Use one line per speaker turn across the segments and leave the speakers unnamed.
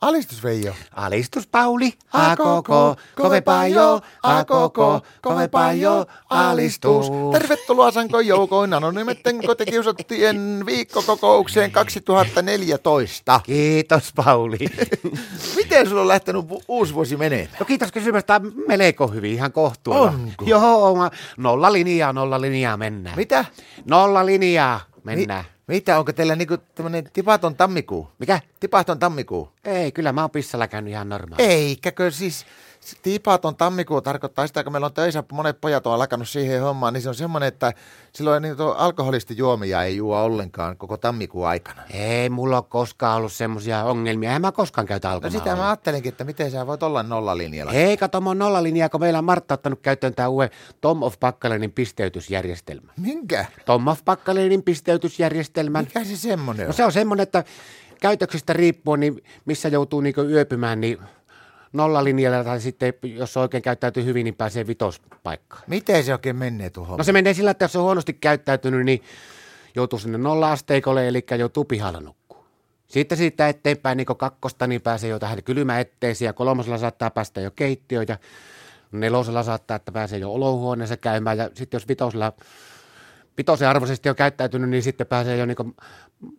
Alistus Veijo.
Alistus Pauli, a koko, kovempaa jo, a koko, kovempaa jo, alistus.
Tervetuloa Sanko joukoin anonyymitten kotikiusattien viikkokokoukseen 2014.
Kiitos Pauli.
Miten sulla on lähtenyt vu- uusi vuosi menemään?
No kiitos kysymästä, melko hyvin, ihan kohtuulla.
Onko?
Joo, on. nolla linjaa, nolla linjaa mennään.
Mitä?
Nolla linjaa mennään.
Mi- mitä, onko teillä niinku tämmönen tipaton tammikuu?
Mikä?
Tipaton tammikuu.
Ei, kyllä mä oon pissalla käynyt ihan normaali.
Eikäkö siis s- tipaton tammikuu tarkoittaa sitä, kun meillä on töissä monet pojat on alkanut siihen hommaan, niin se on semmoinen, että silloin niitä alkoholista juomia ei juo ollenkaan koko tammikuun aikana.
Ei mulla ole koskaan ollut semmosia ongelmia. Eihän mä koskaan käytä
No
alkoholia.
sitä mä ajattelinkin, että miten sä voit olla nollalinjalla.
Hei, kato, mä oon nollalinjaa, kun meillä on Martta ottanut käyttöön tämä uuden Tom of Pakkalenin pisteytysjärjestelmä.
Minkä?
Tom of Pakkalenin pisteytysjärjestelmän.
Mikä se semmonen
No
on?
se on semmoinen, että käytöksestä riippuen, niin missä joutuu niin yöpymään, niin nollalinjalla tai sitten, jos oikein käyttäytyy hyvin, niin pääsee vitospaikkaan.
Miten se oikein menee tuohon?
No se menee sillä, että jos on huonosti käyttäytynyt, niin joutuu sinne nolla-asteikolle, eli joutuu pihalla nukkuu. Sitten siitä eteenpäin, niin kuin kakkosta, niin pääsee jo tähän kylmäetteisiin, ja kolmosella saattaa päästä jo keittiöön, ja nelosella saattaa, että pääsee jo olohuoneessa käymään, ja sitten jos vitosella vitosen arvoisesti on käyttäytynyt, niin sitten pääsee jo niin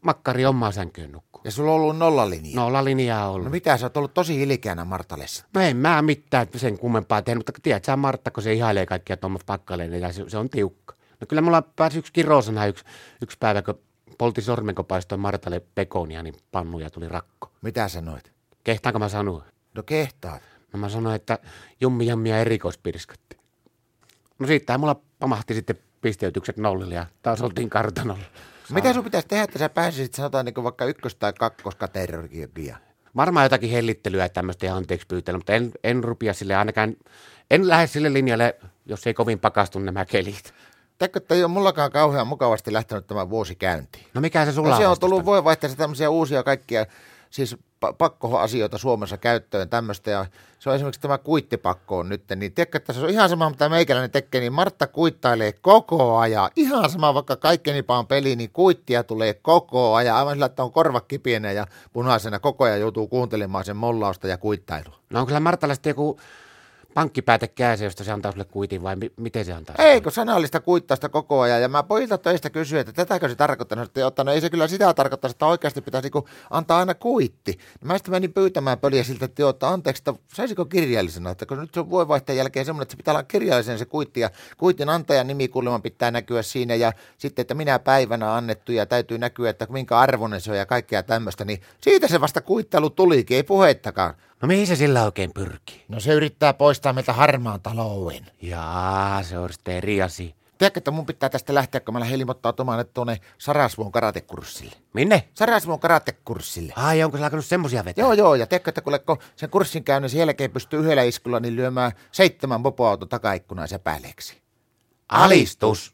makkari omaan sänkyyn nukkumaan.
Ja sulla on ollut nollalinja.
No olla linjaa ollut.
no
No,
mitä, sä oot ollut tosi ilkeänä Martalle sitten.
no en mä mitään sen kummempaa tehnyt, mutta tiedät sä Martta, kun se ihailee kaikkia Thomas Pakkaleita ja se, se, on tiukka. No kyllä mulla pääsi yksi kirosana yksi, yksi päivä, kun poltti sormen, kun paistoi Martalle pekonia, niin pannuja tuli rakko.
Mitä sanoit?
Kehtaanko mä sanoa?
No kehtaat.
No mä sanoin, että jummi jammia erikoispirskatti. No siitähän mulla pamahti sitten pisteytykset nollille ja taas oltiin kartanolla.
Mitä sun pitäisi tehdä, että sä pääsisit sanotaan niin vaikka ykkös- tai kakkoskategoriaa?
Varmaan jotakin hellittelyä ja tämmöistä ja anteeksi pyytelyä, mutta en, en rupia sille ainakaan, en lähde sille linjalle, jos ei kovin pakastu nämä kelit.
Tiedätkö, että ei ole mullakaan kauhean mukavasti lähtenyt tämä vuosi käyntiin.
No mikä se sulla
No se on tullut
vastustanut?
voivaihtaessa tämmöisiä uusia kaikkia, siis pa- pakkoasioita Suomessa käyttöön tämmöistä. Ja se on esimerkiksi tämä kuittipakko on nyt, niin tiedätkö, että se on ihan sama, mitä meikäläinen tekee, niin Martta kuittailee koko ajan. Ihan sama, vaikka kaikkenipaan peli, niin kuittia tulee koko ajan. Aivan sillä, että on korva kipienä ja punaisena koko ajan joutuu kuuntelemaan sen mollausta ja kuittailua.
No on kyllä Martalla sitten joku pankkipääte käsi, josta se antaa sulle kuitin vai mi- miten se antaa?
Eikö sanallista kuittausta koko ajan? Ja mä pojilta töistä kysyin, että tätäkö se tarkoittaa, että ottanut. Ei se kyllä sitä tarkoittaa, että oikeasti pitäisi niinku antaa aina kuitti. Niin Mä sitten menin pyytämään pöliä siltä, että, joo, että anteeksi, että saisiko kirjallisena, että kun nyt se on vuodenvaihteen jälkeen semmoinen, että se pitää olla kirjallisen se kuitti ja kuitin antajan nimi kuulemma pitää näkyä siinä ja sitten, että minä päivänä annettu ja täytyy näkyä, että minkä arvoinen se on ja kaikkea tämmöistä, niin siitä se vasta kuittailu tulikin, ei puhettakaan.
No mihin se sillä oikein pyrkii?
No se yrittää poistaa meiltä harmaan talouden.
Jaa, se on sitten eri asia.
Tiedätkö, että mun pitää tästä lähteä, kun mä lähden ilmoittautumaan tuonne Sarasvuon karatekurssille.
Minne?
Sarasvuon karatekurssille.
Ai, onko se alkanut semmosia vetää?
Joo, joo, ja tiedätkö, että kuule, kun sen kurssin käynnin sen jälkeen pystyy niin yhdellä iskulla, niin lyömään seitsemän mopoauton takaikkunaan se päälleksi.
Alistus!